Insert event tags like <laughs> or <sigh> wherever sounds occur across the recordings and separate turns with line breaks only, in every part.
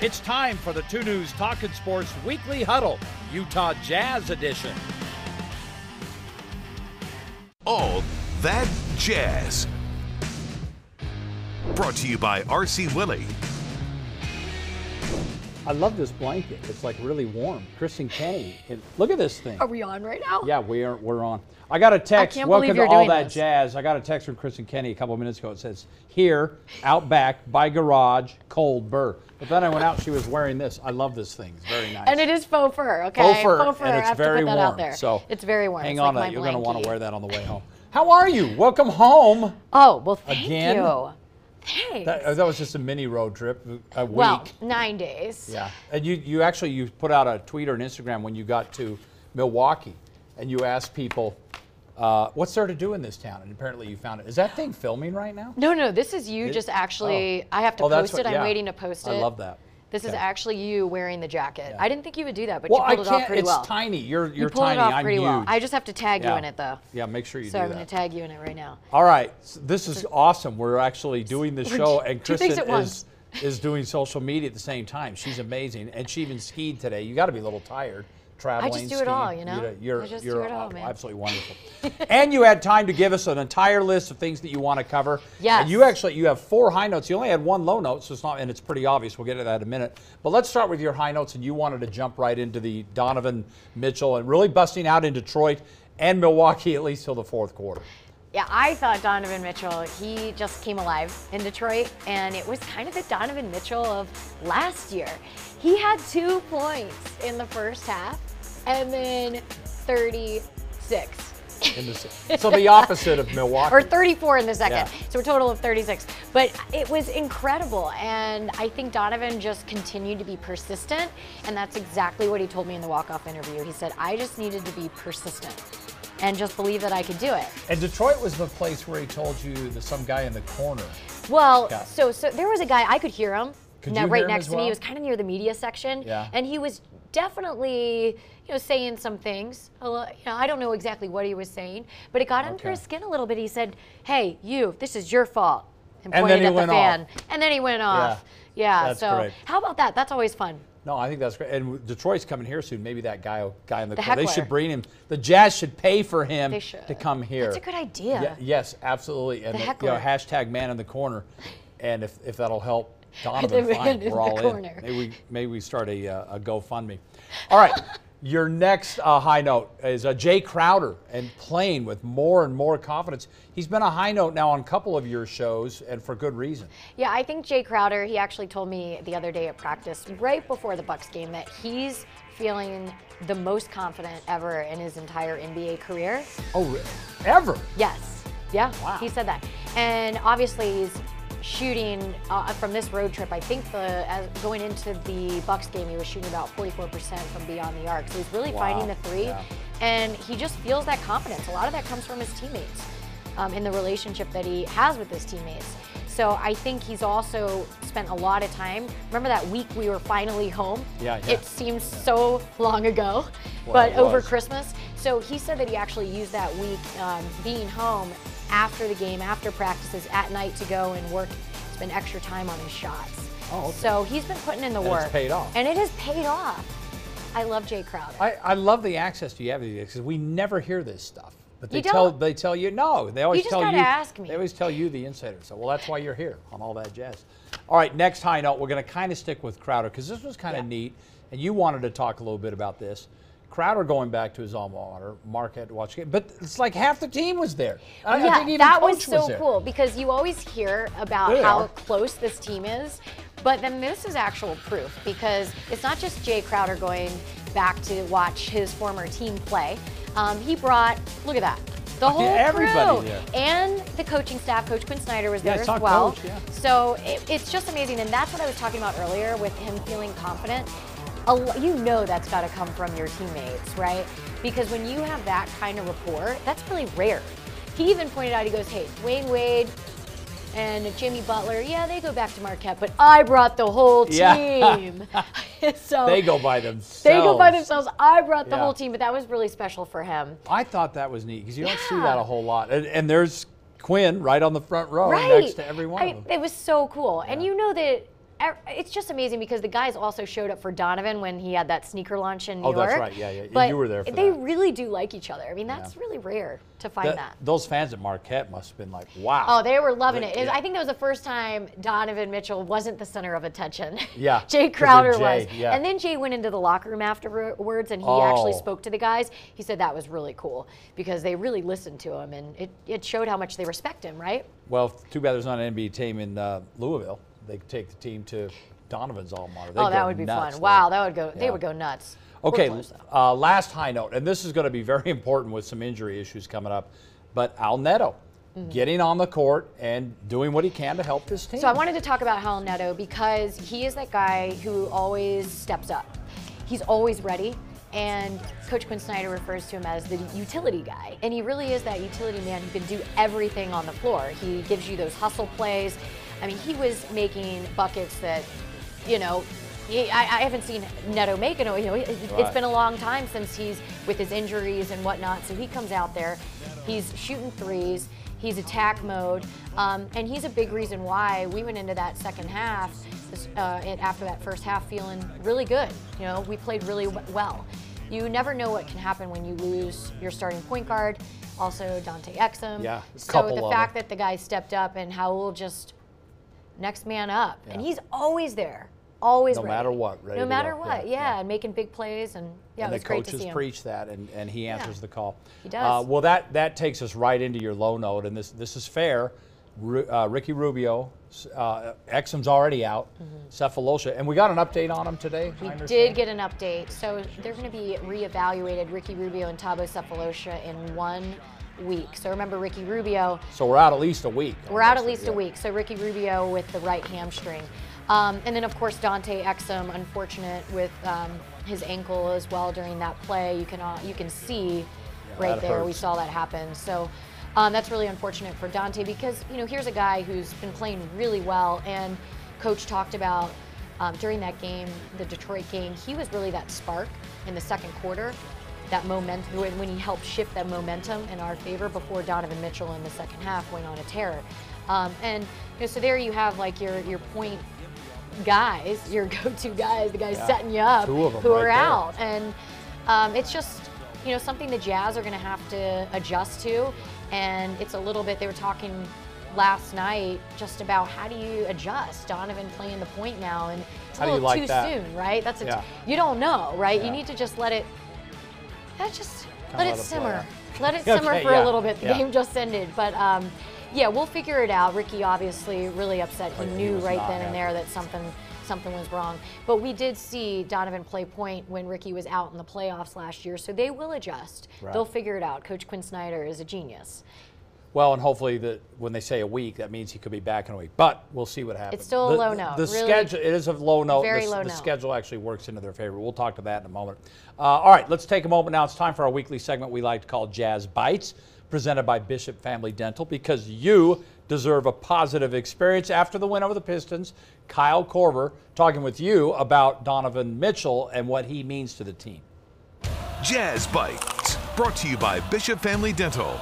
It's time for the 2 News Talking Sports Weekly Huddle, Utah Jazz Edition.
All that jazz. Brought to you by RC Willie.
I love this blanket. It's like really warm. Kristen Kenny, it- look at this thing.
Are we on right now?
Yeah, we are. We're on. I got a text.
can't
Welcome
believe
to
you're
all
doing
that
this.
jazz. I got a text from Kristen Kenny a couple minutes ago. It says, "Here, out back by garage, cold burr." But then I went out. She was wearing this. I love this thing. It's very nice.
And it is faux fur, okay?
Faux fur,
I
and it's
have
very
to put that
warm.
out there.
So
it's very warm.
Hang
It's
on, to
like my
that. you're to want
blankie.
to wear that on the way home. How are you? Welcome home.
Oh well, thank
Again?
you. Thanks.
That, uh, that was just a mini road trip, uh, a week.
well, nine days.
Yeah, and you, you actually you put out a tweet or an Instagram when you got to Milwaukee, and you asked people, uh, "What's there to do in this town?" And apparently you found it. Is that thing filming right now?
No, no, this is you just actually. I have to
Oh, that's
post
what-
it. I'm
yeah.
waiting to post it.
I love that.
This is
Okay.
actually you wearing the jacket. I didn't think you would do that, but
Well,
you
I
pulled it off
can't.
pretty
It's
well.
tiny. You're you're
you pulled
tiny.
it off
I'm
pretty
huge.
well. I just have to tag you
Yeah.
in it though.
Yeah, make sure you
So
do
I'm
that.
going to tag you in it right now.
All right, s- this is awesome. We're actually doing the show, and
two things
Kristen
at
is is doing social media at the same time. She's amazing, and she even skied today. You got to be a little tired traveling.
do it all,
skiing.
you know?
You're
I just do
you're
it all,
uh,
man.
absolutely wonderful.
<laughs>
and you had time to give us an entire list of things that you want to cover.
Yes.
And you actually you have four high notes. You only had one low note, so it's not, and it's pretty obvious. We'll get to that in a minute. But let's start with your high notes, and you wanted to jump right into the Donovan Mitchell and really busting out in Detroit and Milwaukee at least till the fourth quarter.
Yeah, I thought Donovan Mitchell, he just came alive in Detroit, and it was kind of the Donovan Mitchell of last year. He had two points in the first half and then 36.
in the city. So the opposite of Milwaukee. <laughs>
Or 34 in the second.
Yeah.
So a total of 36. But it was incredible. And I think Donovan just continued to be persistent. And that's exactly what he told me in the walk-off interview. He said, I just needed to be persistent and just believe that I could do it.
and Detroit was the place where he told you that some guy in the corner.
Well,
Yeah.
so so there was a guy I could hear him.
Could
now,
you
right
hear him as
next to me,
well?
he was kind of near the media section,
Yeah.
and he was definitely, you know, saying some things. A lo- You know, I don't know exactly what he was saying, but it got under
Okay.
his skin a little bit. He said, "Hey, you, this is your fault," and
And
pointed
then he
at
went
the
off.
fan. And then he went off. Yeah.
That's
so,
great.
how about that? That's always fun.
No, I think that's great. And Detroit's coming here soon. Maybe that guy guy in the,
The
corner. They
heckler.
should bring him. The Jazz should pay for him
They should
to come here.
That's a good idea.
Ye- yes, absolutely. And
The
you know,
heckler.
hashtag man in the corner. And if, if that'll help
<laughs>
Donovan,
The
fine.
man in
We're
the
all
corner.
in. Maybe we, maybe we start a, uh, a GoFundMe. All
<laughs>
right. Your next uh, high note is uh, Jay Crowder and playing with more and more confidence. He's been a high note now on a couple of your shows, and for good reason.
Yeah, I think Jay Crowder, he actually told me the other day at practice, right before the Bucks game, that he's feeling the most confident ever in his entire NBA career.
Oh, re- ever?
Yes. Yeah. He said that. And obviously he's shooting uh, from this road trip. I think the as, going into the Bucks game, he was shooting about 44% from beyond the arc. So he's really finding the three,
Yeah.
and he just feels that confidence. A lot of that comes from his teammates, um, in the relationship that he has with his teammates. So I think he's also spent a lot of time. Remember that week we were finally home?
Yeah, yeah.
It seems so long ago,
Well,
but
it
over
was.
Christmas. Christmas. So he said that he actually used that week um, being home after the game, after practices, at night to go and work, spend extra time on his shots.
Oh, okay.
So he's been putting in the
And it's
work.
paid off.
And it has paid off. I love Jay Crowder.
I, I love the access you have to these because we never hear this stuff. But they
You
tell
don't.
they tell you no. They always
just
tell
gotta
you.
ask me.
They always tell you the insider. So well, that's why you're here on all that jazz. All right, next high note. We're going to kind of stick with Crowder because this was kind of neat, and you wanted to talk a little bit about this. Crowder going back to his alma mater, Mark had watched it, but it's like half the team was there. I, I
Oh, yeah,
think even
that
Coach
was so
there.
cool because you always hear about
There they
how
are.
close this team is, but then this is actual proof because it's not just Jay Crowder going back to watch his former team play. Um, he brought, look at that, the whole
everybody
crew
there.
and the coaching staff. Coach Quinn Snyder was
Yeah, I
there
saw
as well.
Coach, yeah.
So it, it's just amazing, and that's what I was talking about earlier with him feeling confident. A lo- you know that's got to come from your teammates, right? Because when you have that kind of rapport, that's really rare. He even pointed out, he goes, "Hey, Wayne Wade and Jimmy Butler, yeah, they go back to Marquette, but I brought the whole
<laughs> Yeah.
team." <laughs> so
They go by themselves.
They go by themselves. I brought the
Yeah.
whole team, but that was really special for him.
I thought that was neat because you don't see
Yeah.
that a whole lot. And, and there's Quinn right on the front row
right.
next to every one
I-
of them.
It was so cool. And you know that ev- it's just amazing because the guys also showed up for Donovan when he had that sneaker launch in New
Oh,
York.
that's right. Yeah, yeah. You
But
were there for
they
that.
really do like each other. I mean, that's really rare to find
That-
that.
Those fans at Marquette must have been like, wow.
Oh, they were loving it. It-
yeah.
I think that was the first time Donovan Mitchell wasn't the center of attention. <laughs>
Yeah, 'cause
Jay
of
Crowder
Jay,
was.
yeah.
And then Jay went into the locker room afterwards and he actually
Oh.
spoke to the guys. He said that was really cool because they really listened to him and it, it showed how much they respect him, right?
Well, too bad there's not an NBA team in uh, Louisville. They could take the team to Donovan's alma mater. They'd
oh, that
go
would be
nuts
fun.
there.
Wow, that would go
Yeah.
they would go nuts. We're
Okay,
close, though.
uh, last high note, and this is going to be very <laughs> important with some injury issues coming up, but Al Neto getting on the court and doing what he can to help this team.
Mm-hmm. So I wanted to talk about Hal Neto because he is that guy who always steps up. He's always ready. And Coach Quinn Snyder refers to him as the utility guy. And he really is that utility man who can do everything on the floor. He gives you those hustle plays. I mean, he was making buckets that, you know, he, I, I haven't seen Neto make it. You know, it, it's
Right.
been a long time since he's with his injuries and whatnot. So he comes out there, he's shooting threes, he's attack mode, um, and he's a big reason why we went into that second half. Uh, it- after that first half, feeling really good. You know, we played really w- well. You never know what can happen when you lose your starting point guard. Also, Dante Exum.
Yeah,
So
couple
the
of
fact
them.
that the guy stepped up and Howell just next man up, and
Yeah.
he's always there, always
No
ready.
matter what, ready
no
to
matter
go.
what,
Yeah,
yeah,
yeah.
and making big plays, and yeah,
and
it
the
was great to
coaches
see him.
preach that, and, and he answers the call.
He does.
Uh, well, that, that takes us right into your low note, and this, this is fair. Ru- uh, Ricky Rubio, s- uh, Exum's already out, Cephalosha, and we got an update on him today. I
Mm-hmm. We
understand.
did get an update, so they're going to be reevaluated. Ricky Rubio and Tabo Cephalosha in one week. So remember, Ricky Rubio
So we're out at least a week.
We're out at
almost,
least a
yeah.
week. So Ricky Rubio with the right hamstring. Um, and then, of course, Dante Exum, unfortunate with um, his ankle as well during that play. You can, uh, you can see right
that
there. We
hurts.
saw that happen. So um, that's really unfortunate for Dante because, you know, here's a guy who's been playing really well. And coach talked about um, during that game, the Detroit game, he was really that spark in the second quarter. That momentum when when he helped shift that momentum in our favor before Donovan Mitchell in the second half went on a tear, um, and you know, so there you have like your your point guys, your <laughs> go-to guys, the guys
Yeah.
setting you up,
Two of 'em
who
right
are
there.
out, and um, it's just you know something the Jazz are going to have to adjust to, and it's a little bit. They were talking last night just about how do you adjust Donovan playing the point now, and it's a
How do you
little
like
too
that?
soon, right? That's a t-
Yeah.
you don't know, right?
Yeah.
You need to just let it. That just
Kinda
let
let
it
it play
simmer.
out.
Let it
<laughs> Okay,
simmer for
yeah,
a little bit. The
yeah.
game just ended, but um, yeah, we'll figure it out. Ricky obviously really upset. He
Oh, yeah, he
knew
was
right
not
then and
happy.
there that something something was wrong. But we did see Donovan play point when Ricky was out in the playoffs last year, so they will adjust.
Right.
They'll figure it out. Coach Quinn Snyder is a genius.
Well, and hopefully, the, when they say a week, that means he could be back in a week. But we'll see what happens.
still a
the,
low
the-
note,
The
really.
schedule, it is a low note.
Very
the, s-
low
the
note.
schedule actually works into their favor. We'll talk to that in a moment. Uh, all right, let's take a moment now. It's time for our weekly segment we like to call Jazz Bites, presented by Bishop Family Dental, because you deserve a positive experience after the win over the Pistons. Kyle Korver talking with you about Donovan Mitchell and what he means to the team.
Jazz Bites, brought to you by Bishop Family Dental.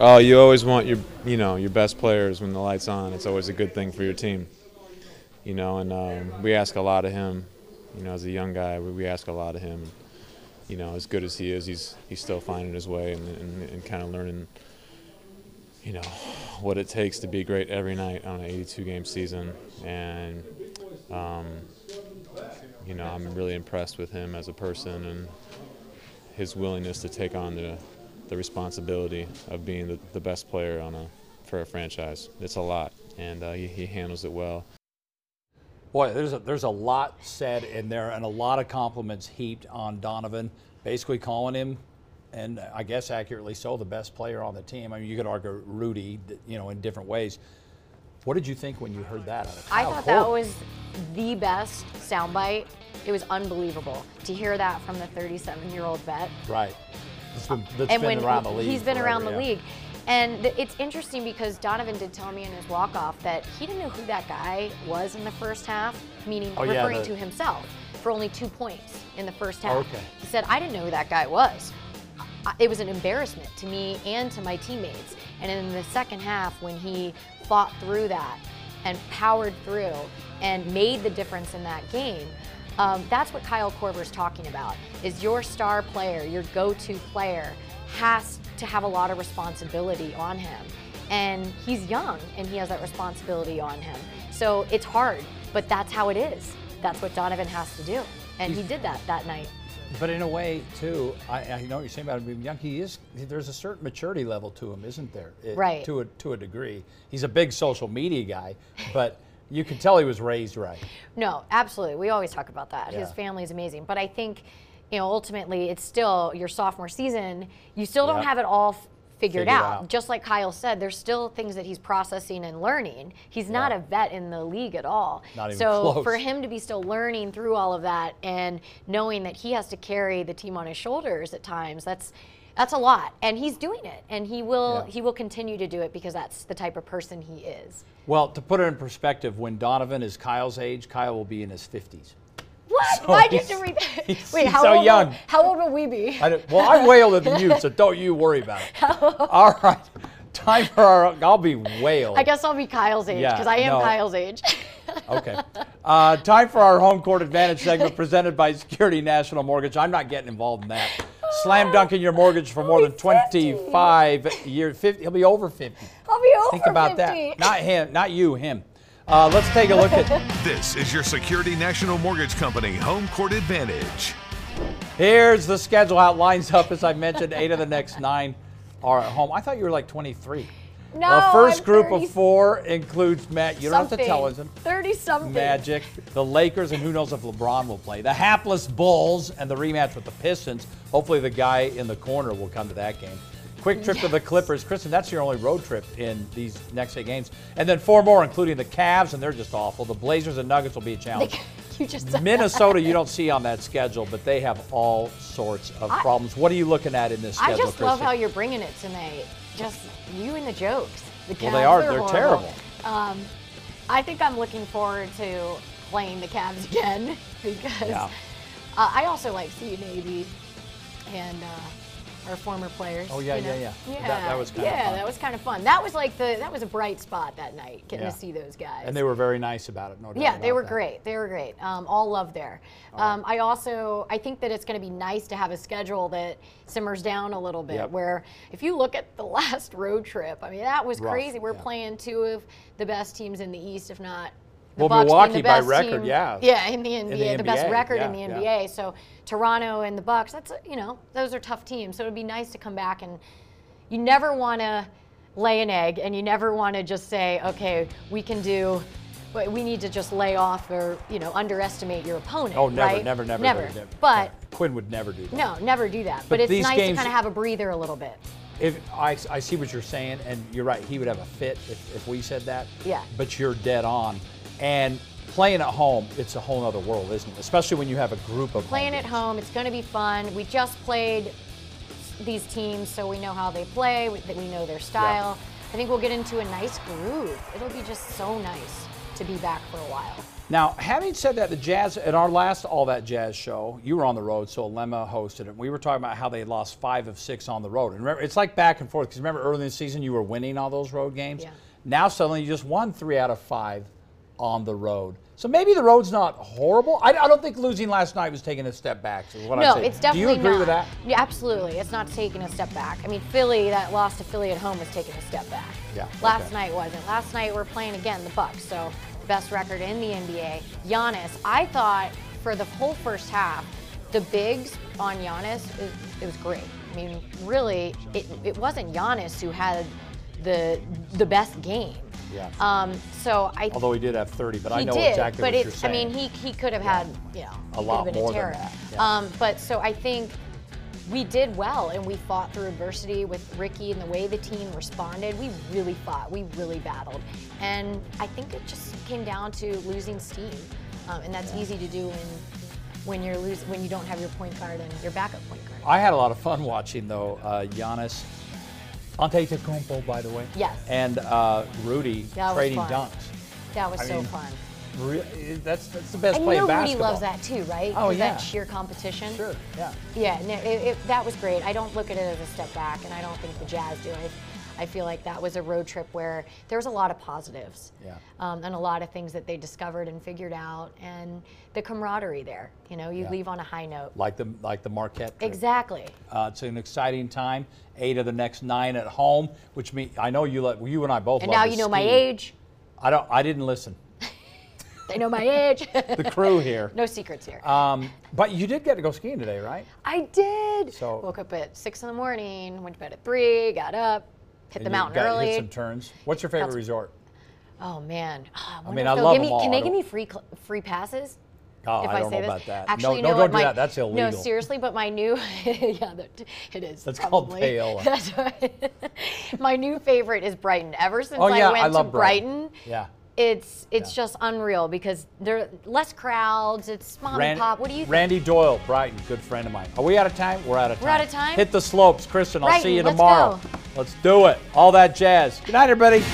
Oh, you always want your you know your best players when the lights on. It's always a good thing for your team. You know, and um, we ask a lot of him. You know, as a young guy, we, we ask a lot of him. You know, as good as he is, he's he's still finding his way and and, and kind of learning. You know, what it takes to be great every night on an 82 game season, and um, you know, I'm really impressed with him as a person and his willingness to take on the, the responsibility of being the, the best player on a, for a franchise. It's a lot, and uh, he, he handles it well.
Boy, there's a, there's a lot said in there and a lot of compliments heaped on Donovan, basically calling him, and I guess accurately so, the best player on the team. I mean, you could argue Rudy, you know, in different ways. What did you think when you heard that? Out of
I
Kyle
thought that
Korver?
was the best soundbite. It was unbelievable to hear that from the 37-year-old vet.
right. It's been, that's
and
been
when
around the league.
he's been
forever,
around the
yeah.
league. And th- it's interesting because Donovan did tell me in his walk-off that he didn't know who that guy was in the first half, meaning
Oh, yeah,
referring
the-
to himself for only two points in the first half.
Okay.
He said, "I didn't know who that guy was. I- It was an embarrassment to me and to my teammates." And in the second half, when he fought through that and powered through and made the difference in that game. Um, that's what Kyle Korver's talking about. Is your star player, your go-to player, has to have a lot of responsibility on him, and he's young and he has that responsibility on him. So it's hard, but that's how it is. That's what Donovan has to do, and he did that that night.
But in a way, too, I, I know what you're saying about him being young. He is. There's a certain maturity level to him, isn't there? It-
Right.
To a to a degree, he's a big social media guy, but you can tell he was raised right.
No, absolutely. We always talk about that. His
Yeah.
family's amazing, but I think, you know, ultimately it's still your sophomore season. You still don't
Yep.
have it all f-
Figured
figured, out.
out.
Just like Kyle said, there's still things that he's processing and learning. He's not a vet in the league at all.
Not even
so
close.
for him to be still learning through all of that and knowing that he has to carry the team on his shoulders at times, that's that's a lot. And he's doing it. And he will
Yeah.
he will continue to do it because that's the type of person he is.
Well, to put it in perspective, when Donovan is Kyle's age, Kyle will be in his 50s.
What?
So
Why did you
he's-
read
<laughs> he's-
that? Wait,
he's
how
so
old?
young.
Will, how old will we be?
I don't- well, I'm way older than you, so don't you worry about it. All right, time for our. I'll be way old.
<laughs> I guess I'll be Kyle's age
Yeah,
because I am
no.
Kyle's age. <laughs>
Okay. Uh, time for our home court advantage segment presented by Security National Mortgage. I'm not getting involved in that. Slam dunking your mortgage for more than 25 years. 50, he'll be over 50.
I'll be over
Think about
50.
that. Not him. Not you. Him. Uh, let's take a look
<laughs>
at.
This is your Security National Mortgage Company Home Court Advantage.
Here's the schedule. How it lines up as I mentioned. Eight of the
<laughs>
next nine are at home. I thought you were like 23.
No,
the 1st
I'm
group
30
of four includes Matt. You don't have to
something.
tell us. him.
Thirty something.
Magic, the Lakers, and who knows if LeBron will play. The hapless Bulls and the rematch with the Pistons. Hopefully, the guy in the corner will come to that game. Quick trip to the Clippers. Kristen, that's your only road trip in these next eight games. And then four more, including the Cavs, and they're just awful. The Blazers and Nuggets will be a challenge.
<laughs> you just said
Minnesota, you don't see on that schedule, but they have all sorts of
I-
problems. What are you looking at in this
I
schedule,
just love
Kristen?
how you're bringing it tonight. Just you and the jokes. The
Well,
Cavs
they are.
Are
They're
horrible.
terrible.
Um, I think I'm looking forward to playing the Cavs <laughs> again because
Yeah.
uh, I also like seeing AB and uh, our former players.
Oh, yeah,
you know?
yeah, yeah.
yeah.
That- that was kinda
yeah,
fun.
that was kind of fun. That was like the that was a bright spot that night getting
Yeah.
to see those guys.
and they were very nice about it, no doubt.
Yeah,
about
they
were
were
that.
great. They were great. Um, all love there. Um, I also I think that it's going to be nice to have a schedule that simmers down a little bit.
Yep.
Where if you look at the <laughs> last road trip, I mean that was
Rough,
crazy. We're
yeah.
playing two of the best teams in the East, if not. The
Well,
Bucks being
Milwaukee
the
by
best
record,
team-
yeah.
Yeah, in the NBA, the, best
NBA,
record in
yeah,
the
yeah.
NBA. So Toronto and the Bucks, that's you know those are tough teams. So it'd be nice to come back and you never want to lay an egg, and you never want to just say, okay, we can do. but We need to just lay off or you know underestimate your opponent.
Oh, never,
right?
never, never,
never.
never, never.
But
Quinn would never do that.
no, never do that. But,
But
it's
these
nice
games-
to kind of have a breather a little bit.
If I, I see what you're saying, and you're right, he would have a fit if, if we said that.
Yeah.
But you're dead on. And playing at home, it's a whole other world, isn't it? Especially when you have a group of
Playing at
games.
home, it's going to be fun. We just played these teams, so we know how they play. We, that we know their style. I think we'll get into a nice groove. It'll be just so nice to be back for a while.
Now, having said that, the Jazz, at our last All That Jazz show, you were on the road, so Lema hosted it. We were talking about how they lost five of six on the road. And remember, it's like back and forth, because remember early in the season, you were winning all those road games?
Yeah.
Now, suddenly, you just won three out of five on the road. So maybe the road's not horrible. I, I don't think losing last night was taking a step back, is what I'm
No,
saying.
it's
Do
definitely
you agree
not.
with that?
Yeah, absolutely. It's not taking a step back. I mean, Philly, that loss to Philly at home was taking a step back.
Yeah,
Last
okay.
night wasn't. Last night we're playing again the Bucks, so best record in the NBA. Giannis, I thought for the whole first half, the bigs on Giannis, it, it was great. I mean, really, it, it wasn't Giannis who had the the best game.
Yeah.
Um, so I
Although he did have 30, but I
he
know
did,
exactly
but
what you're
it's, I
saying.
mean, he, he could have had, you know, he could
lot
have been
more
a
than
terror.
that, yeah.
Um, but so I think we did well and we fought through adversity with Ricky and the way the team responded. We really fought, we really battled. And I think it just came down to losing steam. Um, and that's easy to do when, when you're lose, when you don't have your point guard and your backup point guard.
I had a lot of fun watching though uh, Giannis, Antetokounmpo, by the way.
Yes.
And uh, Rudy
That was
trading
fun.
dunks.
that was
I
so
mean,
fun.
Re- that's that's the best
And you
play
know
in
Rudy
basketball.
loves that too, right?
Oh,
'Cause
yeah.
That sheer competition.
Sure. Yeah.
Yeah, no, it, it, that was great. I don't look at it as a step back, and I don't think the Jazz do. I, I feel like that was a road trip where there was a lot of positives
Yeah.
um, and a lot of things that they discovered and figured out, and the camaraderie there. You know, you
Yeah.
leave on a high note.
Like the like the Marquette. Trip.
Exactly.
Uh, it's an exciting time. Eight of the next nine at home, which means I know you. Let, you and I both.
And
love
now
to
you know my
ski.
age.
I don't. I didn't listen.
They know my age. <laughs>
The crew here.
no secrets here.
Um, but you did get to go skiing today, right?
I did.
So-
Woke up at six in the morning, went to bed at three, got up, hit
And
the
you
mountain
got,
early.
Hit some turns. What's your favorite
That's-
resort?
Oh man! Ah, wonder
mean,
if
I
they'll
love
give
them
me-
all.
Can
I
they give
don't-
me free cl- free passes?
Oh,
if
I
I,
don't
say
know
this,
about that.
actually, you
no,
know
no, don't
what,
do
my-
that. That's illegal.
No, seriously, but my new, <laughs> yeah, that, it is.
That's called
probably.
payola.
<laughs> That's right. my new favorite is Brighton. Ever since
Oh yeah,
I went
I love
to Brighton,
Yeah.
it's it's
Yeah.
just unreal because there are less crowds. It's mom
Ran-
and pop. What do you think?
Randy Doyle, Brighton, good friend of mine. Are we out of time? We're out of time.
We're out of time?
Hit the slopes, Kristen. I'll see
Brighton,
you
let's
tomorrow.
go.
Let's do it. All that jazz. Good night, everybody.